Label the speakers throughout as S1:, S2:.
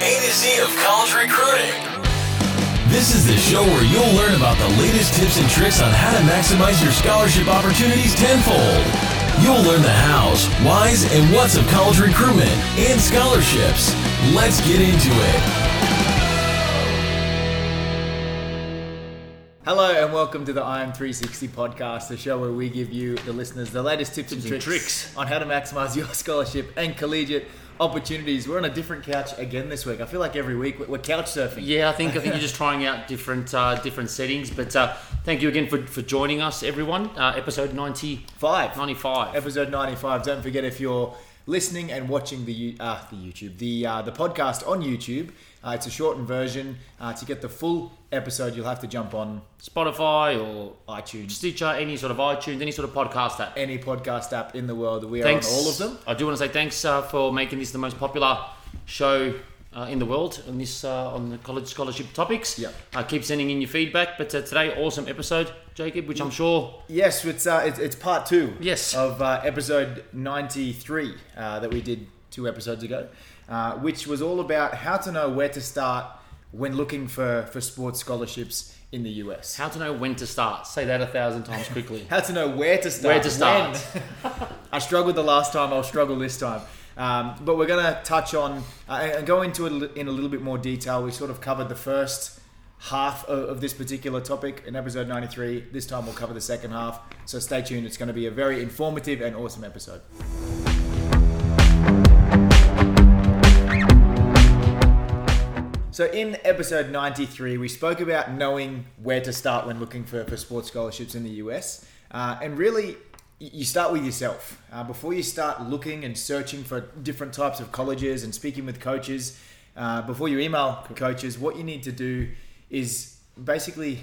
S1: A to Z of college recruiting. This is the show where you'll learn about the latest tips and tricks on how to maximize your scholarship opportunities tenfold. You'll learn the hows, whys, and whats of college recruitment and scholarships. Let's get into it.
S2: Hello and welcome to the I Am 360 podcast, the show where we give you, the listeners, the latest tips and, tricks, on how to maximize your scholarship and collegiate opportunities. We're on a different couch again this week. I feel like every week we're we're couch surfing.
S3: Yeah, I think I think you're just trying out different uh, different settings. But uh, thank you again for, for joining us, everyone. Uh, episode 90,
S2: Five.
S3: 95.
S2: Episode 95. Don't forget if you're listening and watching the you- uh, the YouTube, the uh, the podcast on YouTube, uh, it's a shortened version. Uh, to get the full episode, you'll have to jump on
S3: Spotify or
S2: iTunes,
S3: Stitcher, any sort of iTunes, any sort of podcast app.
S2: any podcast app in the world. We are
S3: Thanks
S2: on all of them.
S3: I do want to say thanks uh, for making this the most popular show. Uh, in the world, on this uh, on the college scholarship topics,
S2: Yeah.
S3: uh, keep sending in your feedback. But uh, today, awesome episode, Jacob, which I'm sure
S2: Yes, it's uh, it's, it's part two.
S3: Yes.
S2: of uh, episode ninety three uh, that we did two episodes ago, uh, which was all about how to know where to start when looking for for sports scholarships in the US.
S3: how to know when to start. Say that a thousand times quickly.
S2: How to know where to start.
S3: Where to start.
S2: when. I struggled the last time. I'll struggle this time. Um, but we're going to touch on uh, and and go into it a li- in a little bit more detail. We sort of covered the first half of, of this particular topic in episode 93. This time we'll cover the second half. So stay tuned. It's going to be a very informative and awesome episode. So in episode 93, we spoke about knowing where to start when looking for, for sports scholarships in the US. Uh, and really, y- you start with yourself. Uh, before you start looking and searching for different types of colleges and speaking with coaches, uh, before you email coaches, what you need to do is basically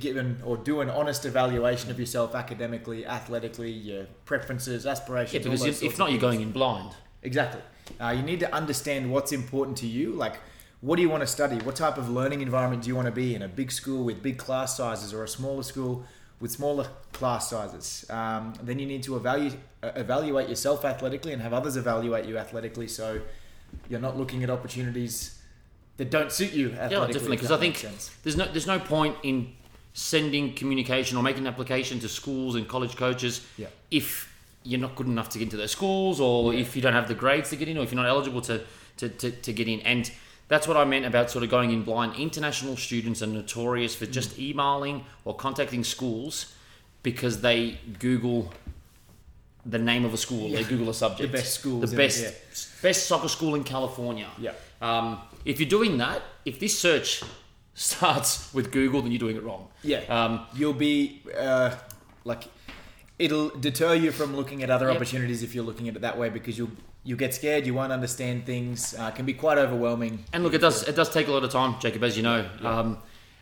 S2: give an, or do an honest evaluation of yourself academically, athletically, your preferences, aspirations.
S3: Yeah,
S2: all
S3: because
S2: those
S3: if-
S2: sorts
S3: if
S2: of
S3: not, you're
S2: things.
S3: going in blind.
S2: Exactly. Uh, you need to understand what's important to you. Like, what do you want to study? What type of learning environment do you want to be in? A big school with big class sizes or a smaller school with smaller class sizes? Um, then you need to evaluate, evaluate yourself athletically and have others evaluate you athletically so you're not looking at opportunities that don't suit you athletically.
S3: Yeah,
S2: if
S3: definitely. Because
S2: that
S3: I think
S2: makes sense.
S3: there's no there's no point in sending communication or making an application to schools and college coaches
S2: Yeah.
S3: if you're not good enough to get into those schools, or if you don't have the grades to get in, or if you're not eligible to to, to, to get in. And that's what I meant about sort of going in blind. International students are notorious for just
S2: Mm.
S3: emailing or contacting schools because they Google the name of a school, they Google a subject,
S2: best schools
S3: the
S2: in it,
S3: best
S2: yeah.
S3: best soccer school in California.
S2: Yeah.
S3: Um, if you're doing that, if this search starts with Google, then you're doing it wrong.
S2: Yeah.
S3: Um,
S2: You'll be uh, like, it'll deter you from looking at other
S3: Yep.
S2: opportunities if you're looking at it that way because you'll you'll get scared. You won't understand things. Uh, can be quite overwhelming.
S3: and look, it does it does take a lot of time, Jacob, as you know. Um,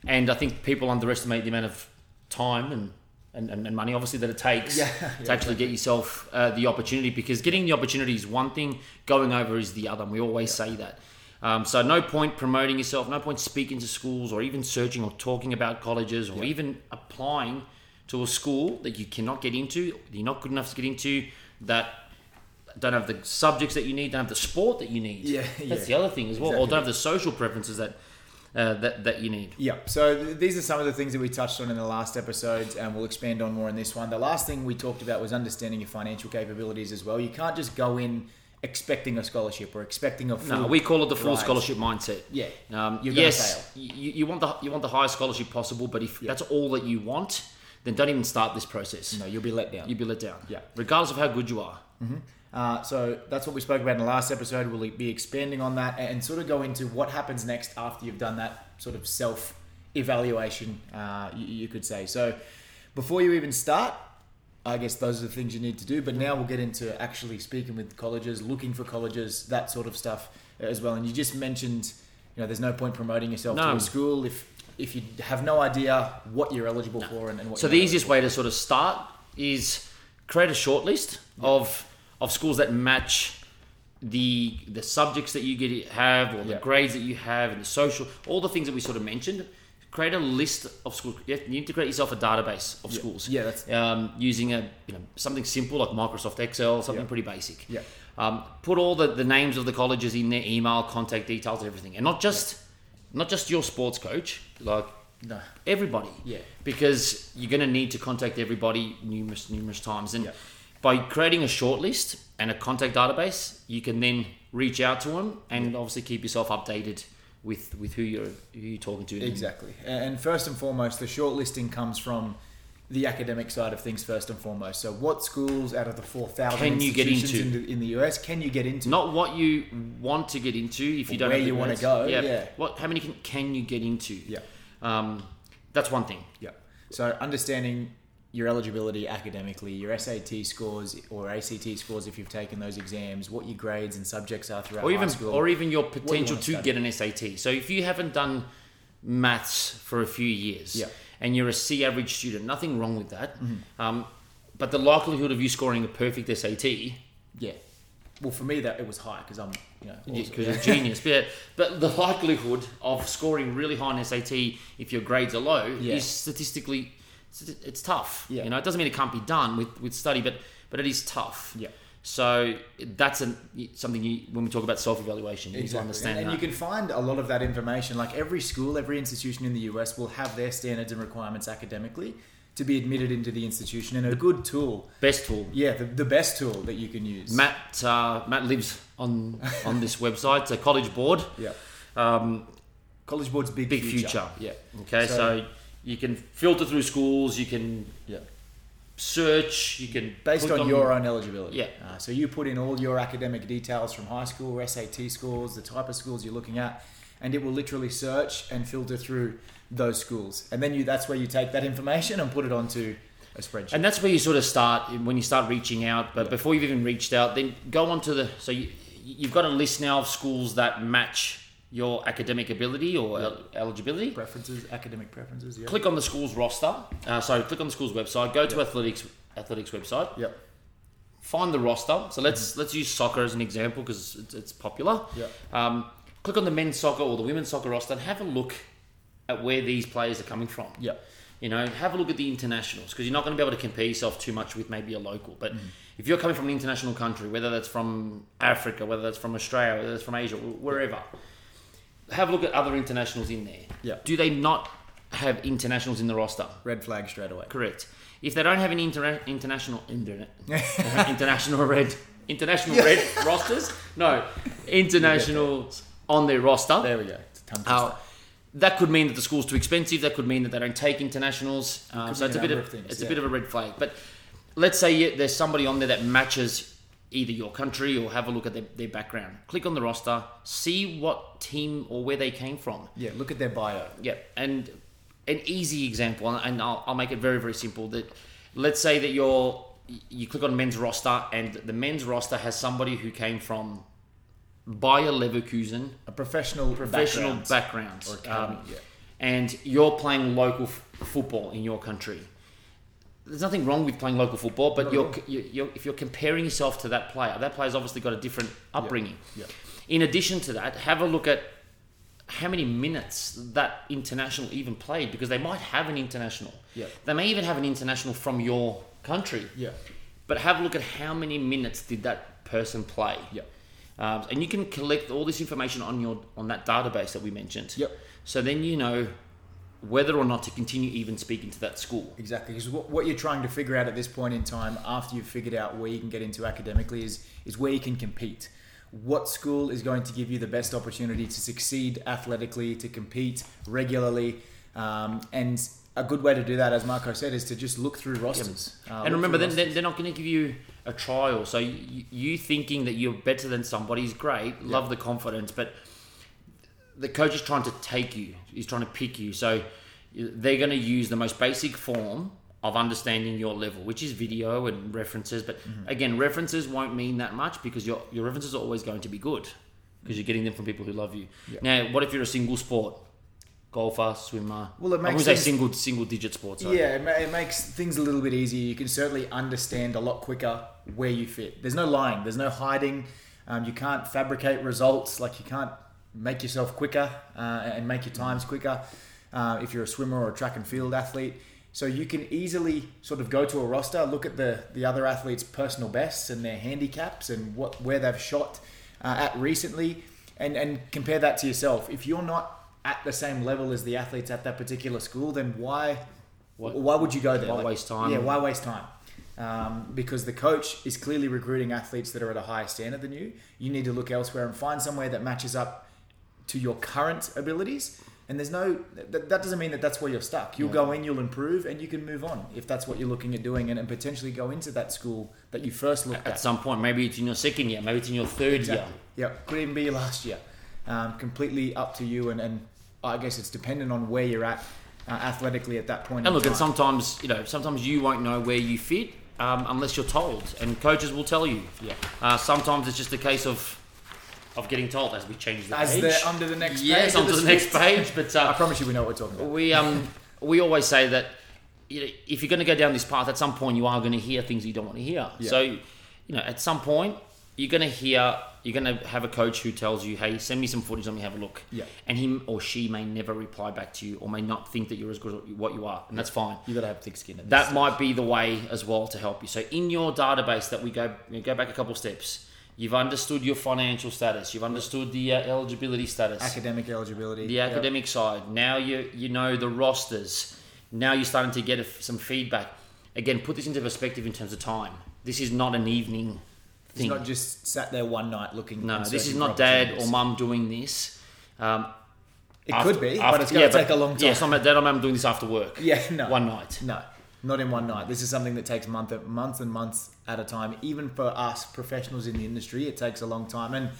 S3: and I think people underestimate the amount of time and and, and, and money, obviously, that it takes
S2: Yeah.
S3: to actually get yourself uh, the opportunity. Because getting the opportunity is one thing, going over is the other. And we always say that. Um, so no point promoting yourself, no point speaking to schools or even searching or talking about colleges or even applying to a school that you cannot get into, that you're not good enough to get into, that don't have the subjects that you need, don't have the sport that you need.
S2: Yeah, yeah.
S3: That's the other thing as well. Or
S2: Exactly.
S3: don't have the social preferences that uh, that that you need.
S2: Yeah. So th- these are some of the things that we touched on in the last episodes, and we'll expand on more in this one. The last thing we talked about was understanding your financial capabilities as well. You can't just go in expecting a scholarship or expecting a full.
S3: No, Uh, we call it the full
S2: ride.
S3: scholarship mindset.
S2: Mm. Yeah.
S3: Um,
S2: You're gonna
S3: yes,
S2: fail.
S3: You, you want the you want the highest scholarship possible, but if that's all that you want, then don't even start this process.
S2: No, you'll be let down.
S3: You'd be let down.
S2: Yeah.
S3: Regardless of how good you are.
S2: Uh, so that's what we spoke about in the last episode. We'll be expanding on that and sort of go into what happens next after you've done that sort of self evaluation, uh, you, you could say. So before you even start, I guess those are the things you need to do. But now we'll get into actually speaking with colleges, looking for colleges, that sort of stuff as well. And you just mentioned, you know, there's no point promoting yourself to
S3: No.
S2: a school if if you have no idea what you're eligible for and, and what.
S3: So
S2: you're
S3: the
S2: not
S3: easiest way to sort of start is create a short list of of schools that match the the subjects that you get have or the
S2: Yeah.
S3: grades that you have and the social all the things that we sort of mentioned. Create a list of schools. You have- you need to create yourself a database of schools.
S2: Yeah, that's-
S3: um, using a you know something simple like Microsoft Excel, something
S2: Yeah.
S3: pretty basic.
S2: Yeah.
S3: Um, put all the, the names of the colleges in their email, contact details, everything, and not just not just your sports coach, like
S2: No.
S3: everybody.
S2: Yeah.
S3: Because you're going to need to contact everybody numerous numerous times, and
S2: Yeah.
S3: by creating a short list and a contact database, you can then reach out to them and obviously keep yourself updated with with who you're who you're talking to.
S2: Exactly. And first and foremost, the shortlisting comes from the academic side of things first and foremost. So what schools out of the 4,000
S3: Can you get
S2: institutions
S3: into?
S2: in, the, in the US can you get into?
S3: Not what you want to get into if you don't
S2: Where
S3: have the
S2: you wanna
S3: words.
S2: go, yeah.
S3: What? How many can, can you get into?
S2: Yeah.
S3: Um, that's one thing.
S2: Yeah. So understanding your eligibility academically, your SAT scores or ACT scores if you've taken those exams, what your grades and subjects are throughout
S3: or
S2: high
S3: even
S2: school.
S3: or e even your
S2: you
S3: potential
S2: wanna
S3: to
S2: study.
S3: get an SAT. So if you haven't done maths for a few years
S2: Yeah. Mm-hmm.
S3: and you're a C average student, nothing wrong with that. Um, but the likelihood of you scoring a perfect SAT,
S2: yeah. Well, for me that it was high because I'm you know awesome.
S3: because you're a genius, but, but the likelihood of scoring really high in SAT if your grades are low
S2: Yeah.
S3: is statistically it's- it's tough.
S2: Yeah.
S3: You know, it doesn't mean it can't be done with, with study, but but it is tough.
S2: Yeah.
S3: So that's an, something you, when we talk about self evaluation, you need to understand
S2: and, and
S3: that.
S2: you can find a lot of that information. Like every school, every institution in the US will have their standards and requirements academically to be admitted into the institution, and a good tool,
S3: Best tool.
S2: yeah, the, the best tool that you can use.
S3: Matt uh, Matt lives on on this website, so College Board.
S2: yeah,
S3: Um,
S2: College Board's big,
S3: big future.
S2: Yeah,
S3: Okay, so,
S2: So-
S3: you can filter through schools. You can
S2: yeah.
S3: search. You can
S2: Based
S3: click
S2: on your own eligibility.
S3: Yeah.
S2: Uh, so you put in all your academic details from high school, SAT scores, the type of schools you're looking at, and it will literally search and filter through those schools. And then you that's where you take that information and put it onto a spreadsheet.
S3: And that's where you sort of start when you start reaching out. But before you've even reached out, then go on to the. So you, you've got a list now of schools that match your academic ability or el- eligibility.
S2: preferences, academic preferences. Yeah.
S3: Click on the school's roster. Uh, sorry, click on the school's website. Go to athletics athletics website.
S2: Yep.
S3: find the roster. So let's let's use soccer as an example because it's, it's popular.
S2: Mm-hmm. Yeah.
S3: Um, click on the men's soccer or the women's soccer roster and have a look at where these players are coming from.
S2: Yeah.
S3: You know, have a look at the internationals because you're not going to be able to compare yourself too much with maybe a local. But
S2: Mm-hmm.
S3: if you're coming from an international country, whether that's from Africa, whether that's from Australia, whether that's from Asia, wh- wherever, have a look at other internationals in there.
S2: Yeah.
S3: Do they not have internationals in the roster?
S2: Red flag straight away.
S3: Correct. If they don't have any inter- international internet, international red, international red rosters, no, international on their roster.
S2: There we go. It's a tongue
S3: Uh,
S2: twister.
S3: that could mean that the school's too expensive. That could mean that they don't take internationals. Uh,
S2: be
S3: so it's
S2: a
S3: a bit
S2: number
S3: of,
S2: of things,
S3: it's a
S2: yeah.
S3: bit of a red flag. But let's say you, there's somebody on there that matches either your country or have a look at their, their background. Click on the roster, see what team or where they came from.
S2: yeah, look at their bio.
S3: Yeah, and an easy example, and I'll, I'll make it very very simple. That let's say that you're you click on men's roster, and the men's roster has somebody who came from Bayer Leverkusen,
S2: A professional
S3: professional
S2: background.
S3: backgrounds, um,
S2: academy, yeah.
S3: and you're playing local f- football in your country. There's nothing wrong with playing local football, but
S2: Not at
S3: you're,
S2: all.
S3: c- you you're, if you're comparing yourself to that player, that player's obviously got a different upbringing.
S2: yeah.
S3: In addition to that, have a look at how many minutes that international even played because they might have an international.
S2: Yeah.
S3: They may even have an international from your country.
S2: Yeah.
S3: But have a look at how many minutes did that person play.
S2: Yeah.
S3: Um, and you can collect all this information on your on that database that we mentioned.
S2: Yep.
S3: So then you know whether or not to continue even speaking to that school.
S2: Exactly, because what, what you're trying to figure out at this point in time, after you've figured out where you can get into academically, is is where you can compete. What school is going to give you the best opportunity to succeed athletically, to compete regularly, um, and a good way to do that, as Marco said, is to just look through rosters. Uh, look
S3: and remember,
S2: through
S3: then they're, they're not going to give you a trial. So you, you thinking that you're better than somebody is great. Love the confidence, but the coach is trying to take you. He's trying to pick you. So you- they're going to use the most basic form of understanding your level, which is video and references. But
S2: Mm-hmm.
S3: again, references won't mean that much because your your references are always going to be good because you're getting them from people who love you. Now, what if you're a single sport? Golfer, swimmer.
S2: Well, it
S3: I
S2: makes
S3: would say
S2: sense-
S3: single single digit sports. sorry.
S2: Yeah, it, ma- it makes things a little bit easier. You can certainly understand a lot quicker where you fit. There's no lying, there's no hiding. Um, you can't fabricate results. Like you can't make yourself quicker uh, and make your times quicker uh, if you're a swimmer or a track and field athlete. So you can easily sort of go to a roster, look at the the other athletes' personal bests and their handicaps and what where they've shot uh, at recently, and and compare that to yourself. If you're not at the same level as the athletes at that particular school, then why
S3: What-
S2: why would you go there?
S3: why waste time?
S2: Yeah, why waste time? Um, because the coach is clearly recruiting athletes that are at a higher standard than you. You need to look elsewhere and find somewhere that matches up to your current abilities. And there's no that, that doesn't mean that that's where you're stuck. You'll go in, you'll improve, and you can move on if that's what you're looking at doing, and, and potentially go into that school that you first looked at.
S3: At some point, maybe it's in your second year, maybe it's in your third year.
S2: Yeah, could even be your last year. Um, completely up to you, and, and I guess it's dependent on where you're at uh, athletically at that point.
S3: And look,
S2: in
S3: and
S2: time.
S3: sometimes you know, sometimes you won't know where you fit um, unless you're told, and coaches will tell you.
S2: Yeah.
S3: Uh, sometimes it's just a case of of getting told as we change the
S2: As
S3: page.
S2: the- onto the next
S3: yes,
S2: page of
S3: onto
S2: the
S3: the, next
S2: script.
S3: page. But
S2: I
S3: uh,
S2: promise you, we know what we're talking about.
S3: we um we always say that you know, if you're going to go down this path, at some point you are going to hear things you don't want to hear.
S2: Yeah.
S3: So you know, at some point you're going to hear. You're going to have a coach who tells you, "Hey, send me some footage. Let me have a look."
S2: Yeah.
S3: And him or she may never reply back to you, or may not think that you're as good as what you are, and that's fine
S2: You gotta have thick skin. at
S3: that might be the way as well to help you. So in your database that we go you go back a couple steps, you've understood your financial status, you've understood the uh, eligibility status,
S2: this. academic eligibility.
S3: the academic side. Now you you know the rosters. Now you're starting to get a f some feedback. Again, put this into perspective in terms of time. This is not an evening
S2: It's
S3: thing.
S2: not just sat there one night looking.
S3: no,
S2: and
S3: this is
S2: searching
S3: not
S2: for
S3: dad or
S2: opportunities.
S3: mum doing this. Um,
S2: It
S3: after-
S2: could be,
S3: after-
S2: but it's going
S3: yeah,
S2: to take a long time.
S3: Yeah, it's not my dad or mum doing this after work.
S2: Yeah, no.
S3: one night.
S2: No, not in one night. This is something that takes month months and months at a time. Even for us professionals in the industry, it takes a long time. And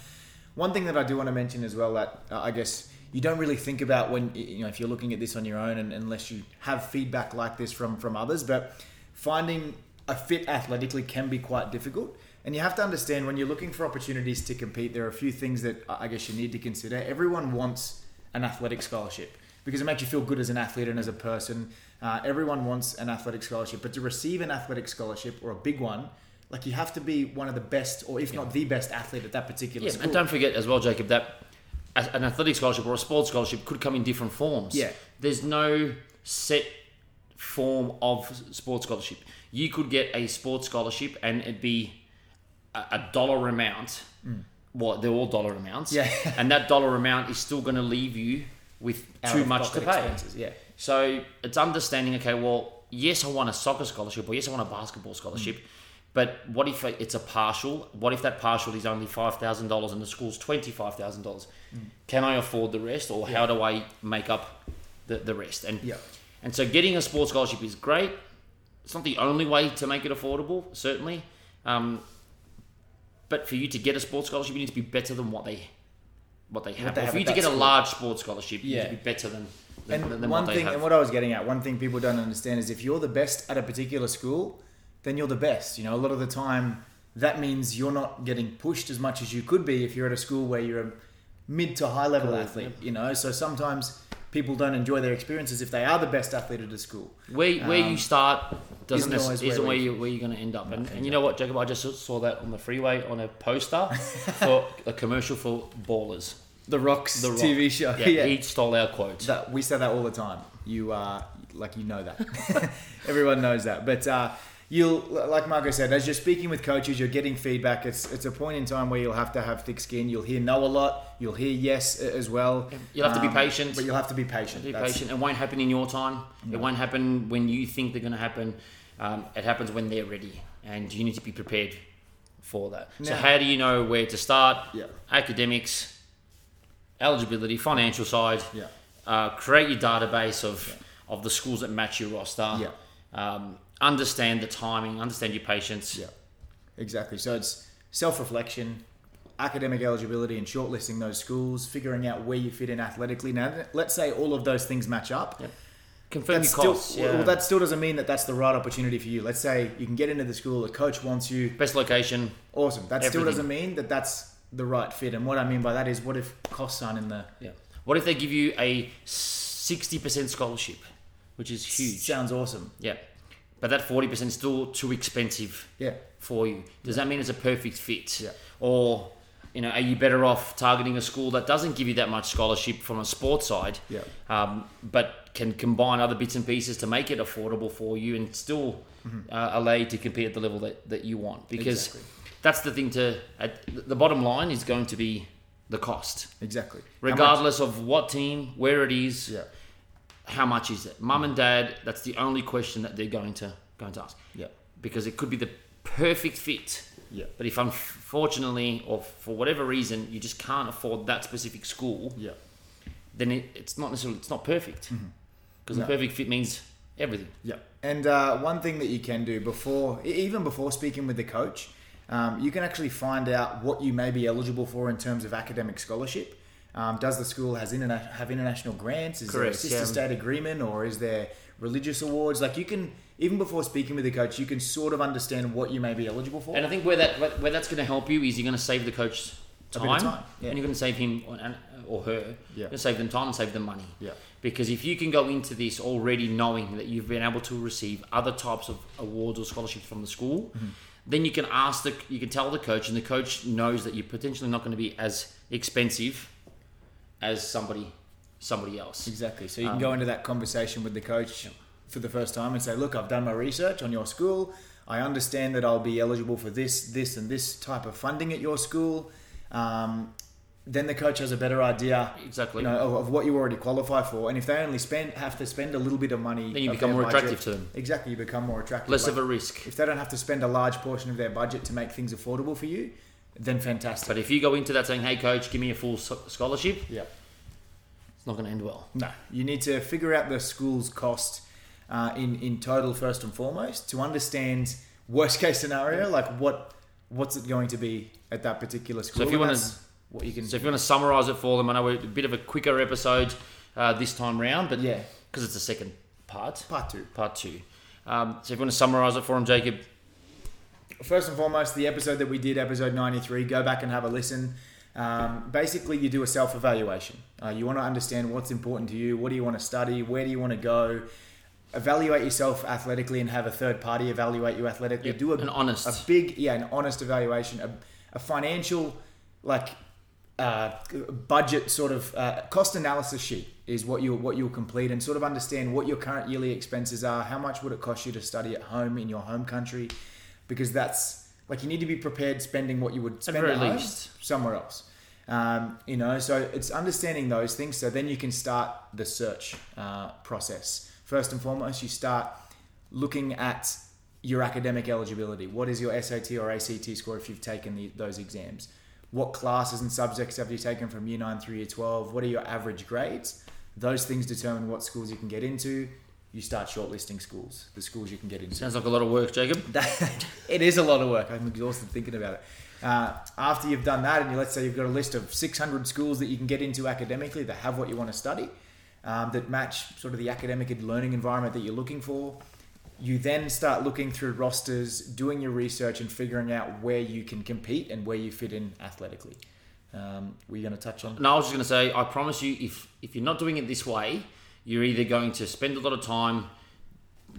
S2: one thing that I do want to mention as well that uh, I guess you don't really think about when you know if you're looking at this on your own, and unless you have feedback like this from from others, but finding a fit athletically can be quite difficult. And you have to understand when you're looking for opportunities to compete, there are a few things that I I guess you need to consider. Everyone wants an athletic scholarship because it makes you feel good as an athlete and as a person. Uh, everyone wants an athletic scholarship, but to receive an athletic scholarship or a big one, like you have to be one of the best, or if not the best athlete at that particular
S3: Yeah,
S2: school.
S3: and don't forget as well, Jacob, that a- an athletic scholarship or a sports scholarship could come in different forms.
S2: Yeah.
S3: There's no set form of s- sports scholarship. You could get a sports scholarship and it'd be a, a dollar amount. Well, they're all dollar amounts.
S2: Mm. Yeah.
S3: and that dollar amount is still going to leave you with
S2: Out
S3: too
S2: of
S3: much to
S2: pocket
S3: pay.
S2: expenses, yeah.
S3: So it's understanding, okay, well, yes, I want a soccer scholarship or yes, I want a basketball scholarship, but what if it's a partial? What if that partial is only $5,000 and the school's $25,000? Can I afford the rest or how do I make up the, the rest? And,
S2: Yeah.
S3: and so getting a sports scholarship is great. It's not the only way to make it affordable, certainly. Um, but for you to get a sports scholarship, you need to be better than what they what they have.
S2: they
S3: Or
S2: have
S3: for you
S2: at
S3: to
S2: that
S3: get a
S2: school.
S3: large sports scholarship, you
S2: Yeah.
S3: need to be better than, than,
S2: and
S3: than
S2: one
S3: what they
S2: thing,
S3: have.
S2: and what I was getting at, one thing people don't understand is if you're the best at a particular school, then you're the best. You know, a lot of the time that means you're not getting pushed as much as you could be if you're at a school where you're a mid to high level athlete. You know, so sometimes people don't enjoy their experiences if they are the best athlete at a school.
S3: Where where you start doesn't
S2: um, isn't always
S3: isn't, isn't
S2: where
S3: where,
S2: we-
S3: you, where you're going to end up. And, and you know what, Jacob? I just saw that on the freeway on a poster for a commercial for Ballers.
S2: The Rock's
S3: The Rock.
S2: TV show.
S3: Yeah, he stole our quote.
S2: That, we say that all the time. You uh, like you know that. Everyone knows that. But uh, you'll like Marco said, as you're speaking with coaches, you're getting feedback. It's it's a point in time where you'll have to have thick skin. You'll hear no a lot. You'll hear yes a- as well. Um,
S3: You'll have to be patient.
S2: But you'll have to be patient.
S3: Be
S2: That's-
S3: patient. It won't happen in your time. It won't happen when you think they're going to happen. Um, it happens when they're ready, and you need to be prepared for that. so,
S2: Now-
S3: how do you know where to start?
S2: Yeah.
S3: Academics, eligibility, financial side.
S2: Yeah.
S3: Uh, create your database of of the schools that match your roster.
S2: Yeah.
S3: Um, understand the timing. Understand your patience.
S2: Yeah, exactly. So it's self reflection, academic eligibility, and shortlisting those schools, figuring out where you fit in athletically. Now, let's say all of those things match up.
S3: Confirm
S2: That's
S3: your
S2: still,
S3: costs. yeah.
S2: well, that still doesn't mean that that's the right opportunity for you. Let's say you can get into the school, the coach wants you,
S3: Best location.
S2: awesome. That still
S3: Everything.
S2: doesn't mean that that's the right fit. And what I mean by that is, what if costs aren't in the
S3: Yeah. What if they give you a sixty percent scholarship, which is huge?
S2: Sounds awesome.
S3: Yeah. But that 40% is still too expensive
S2: Yeah,
S3: for you. Does that mean it's a perfect fit?
S2: Yeah.
S3: Or, you know, are you better off targeting a school that doesn't give you that much scholarship from a sports side,
S2: Yeah.
S3: um, but can combine other bits and pieces to make it affordable for you and still uh, allow you to compete at the level that, that you want. Because
S2: Mm-hmm. Exactly.
S3: that's the thing to, at, the bottom line is going to be the cost,
S2: Exactly. How much-
S3: regardless of what team, where it is,
S2: Yeah.
S3: how much is it? Mum and dad, that's the only question that they're going to going to ask.
S2: Yeah.
S3: Because it could be the perfect fit.
S2: Yeah.
S3: But if unfortunately or for whatever reason you just can't afford that specific school,
S2: Yeah. Mm-hmm.
S3: then it, it's not necessarily it's not perfect. Because
S2: No.
S3: the perfect fit means everything.
S2: Yeah. And uh, one thing that you can do before, e- even before speaking with the coach, um, you can actually find out what you may be eligible for in terms of academic scholarship. Um, does the school has interna- have international grants? Is
S3: Correct,
S2: there a sister
S3: yeah.
S2: state agreement, or is there religious awards? Like you can, even before speaking with the coach, you can sort of understand what you may be eligible for.
S3: And I think where that where, where that's going to help you is you're going to save the coach
S2: A
S3: time,
S2: bit of time, yeah.
S3: and you're going to save him or, and- or her.
S2: Yeah.
S3: You're going to save them time and save them money.
S2: Yeah.
S3: Because if you can go into this already knowing that you've been able to receive other types of awards or scholarships from the school,
S2: Mm-hmm.
S3: then you can ask the you can tell the coach, and the coach knows that you're potentially not going to be as expensive as somebody somebody else.
S2: Exactly. So you can
S3: Um,
S2: go into that conversation with the coach for the first time and say, "Look, I've done my research on your school. I understand that I'll be eligible for this, this, and this type of funding at your school." Um, then the coach has a better idea,
S3: Exactly.
S2: you know, of, of what you already qualify for. And if they only spend have to spend a little bit of money,
S3: Then you
S2: of
S3: become
S2: their
S3: more
S2: budget-
S3: attractive to them.
S2: Exactly, you become more attractive.
S3: Less
S2: Like,
S3: of a risk.
S2: if they don't have to spend a large portion of their budget to make things affordable for you, then fantastic.
S3: But if you go into that saying, "Hey, coach, give me a full so- scholarship,"
S2: yeah.
S3: it's not going to end well.
S2: No, you need to figure out the school's cost uh, in in total first and foremost to understand worst case scenario, like what what's it going to be at that particular school.
S3: So if you
S2: And
S3: want
S2: that's
S3: to
S2: what you can,
S3: So if you want to summarise it for them, I know we're a bit of a quicker episode uh, this time round, but
S2: Yeah.
S3: because it's the second part,
S2: part two.
S3: part two. Um, so if you want to summarise it for them, Jacob,
S2: First and foremost, the episode that we did, episode ninety three, go back and have a listen. Um, basically, you do a self evaluation. Uh, you want to understand what's important to you. What do you want to study? Where do you want to go? Evaluate yourself athletically and have a third party evaluate you athletically.
S3: Yep,
S2: Do a,
S3: an honest.
S2: a big yeah an honest evaluation a, a financial like uh, budget sort of uh, cost analysis sheet is what you what you'll complete and sort of understand what your current yearly expenses are how much would it cost you to study at home in your home country because that's like you need to be prepared spending what you would spend
S3: very
S2: at home
S3: least.
S2: somewhere else um, you know so it's understanding those things so then you can start the search uh, process first and foremost you start looking at your academic eligibility. What is your SAT or ACT score if you've taken the, those exams? What classes and subjects have you taken from year 9 through year 12? What are your average grades? Those things determine what schools you can get into. You start shortlisting schools, the schools you can get into.
S3: sounds like a lot of work, Jacob.
S2: That, it is a lot of work. I'm exhausted thinking about it. Uh, after you've done that, and you, let's say you've got a list of 600 schools that you can get into academically that have what you want to study, um, that match sort of the academic and learning environment that you're looking for, you then start looking through rosters, doing your research, and figuring out where you can compete and where you fit in athletically. Um, were you going to touch on?
S3: No, I was just going to say, I promise you, if if you're not doing it this way, you're either going to spend a lot of time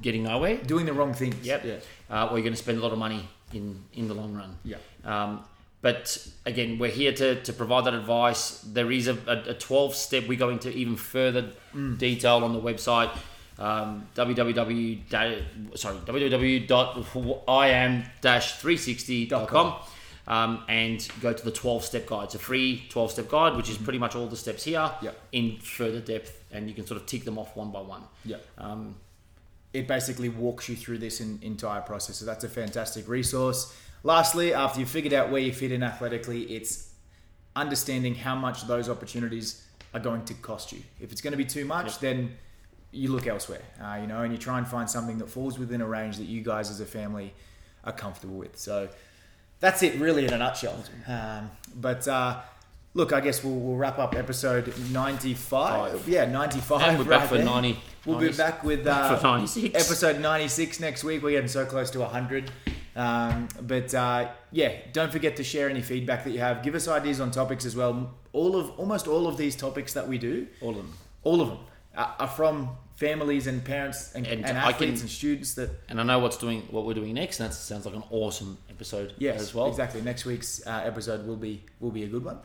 S3: getting nowhere,
S2: Doing the wrong things.
S3: Yep.
S2: Yeah.
S3: Uh, or you're going to spend a lot of money in in the long run.
S2: Yeah.
S3: Um, but again, we're here to, to provide that advice. There is a, a, a 12 step. We go into even further detail on the website. Um, www da- sorry www.iam-360.com um, and go to the 12 step guide. It's a free 12 step guide, which is pretty much all the steps here
S2: Yeah.
S3: in further depth, and you can sort of tick them off one by one.
S2: Yeah.
S3: Um,
S2: it basically walks you through this in, entire process. So that's a fantastic resource. Lastly, after you've figured out where you fit in athletically, it's understanding how much those opportunities are going to cost you. If it's going to be too much, then you look elsewhere, uh, you know, and you try and find something that falls within a range that you guys as a family are comfortable with. So that's it, really, in a nutshell. Um, but uh, look, I guess we'll, we'll wrap up episode 95.
S3: Five.
S2: Yeah, 95.
S3: And we're back for 90.
S2: We'll be
S3: 90.
S2: back with
S3: Back
S2: uh,
S3: for 96.
S2: episode 96 next week. We're getting so close to 100. Um, but uh, yeah, don't forget to share any feedback that you have. Give us ideas on topics as well. All of almost all of these topics that we do,
S3: all of them.
S2: all of them, are, are from families and parents and, and,
S3: And I
S2: athletes
S3: can-
S2: and students that
S3: and I know what's doing what we're doing next, and that sounds like an awesome episode
S2: yes,
S3: as well.
S2: Exactly. Next week's uh, episode will be will be a good one.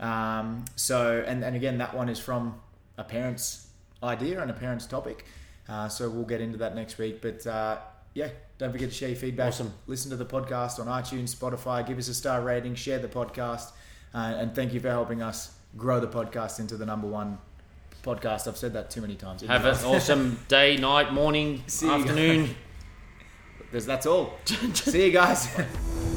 S2: Um, so and and again, that one is from a parent's idea and a parent's topic. Uh, so we'll get into that next week. But uh, yeah, don't forget to share your feedback.
S3: Awesome.
S2: Listen to the podcast on iTunes, Spotify. Give us a star rating. Share the podcast. Uh, and thank you for helping us grow the podcast into the number one podcast. I've said that too many times.
S3: Have an awesome day, night, morning,
S2: See you
S3: afternoon.
S2: There's- That's all. See you guys.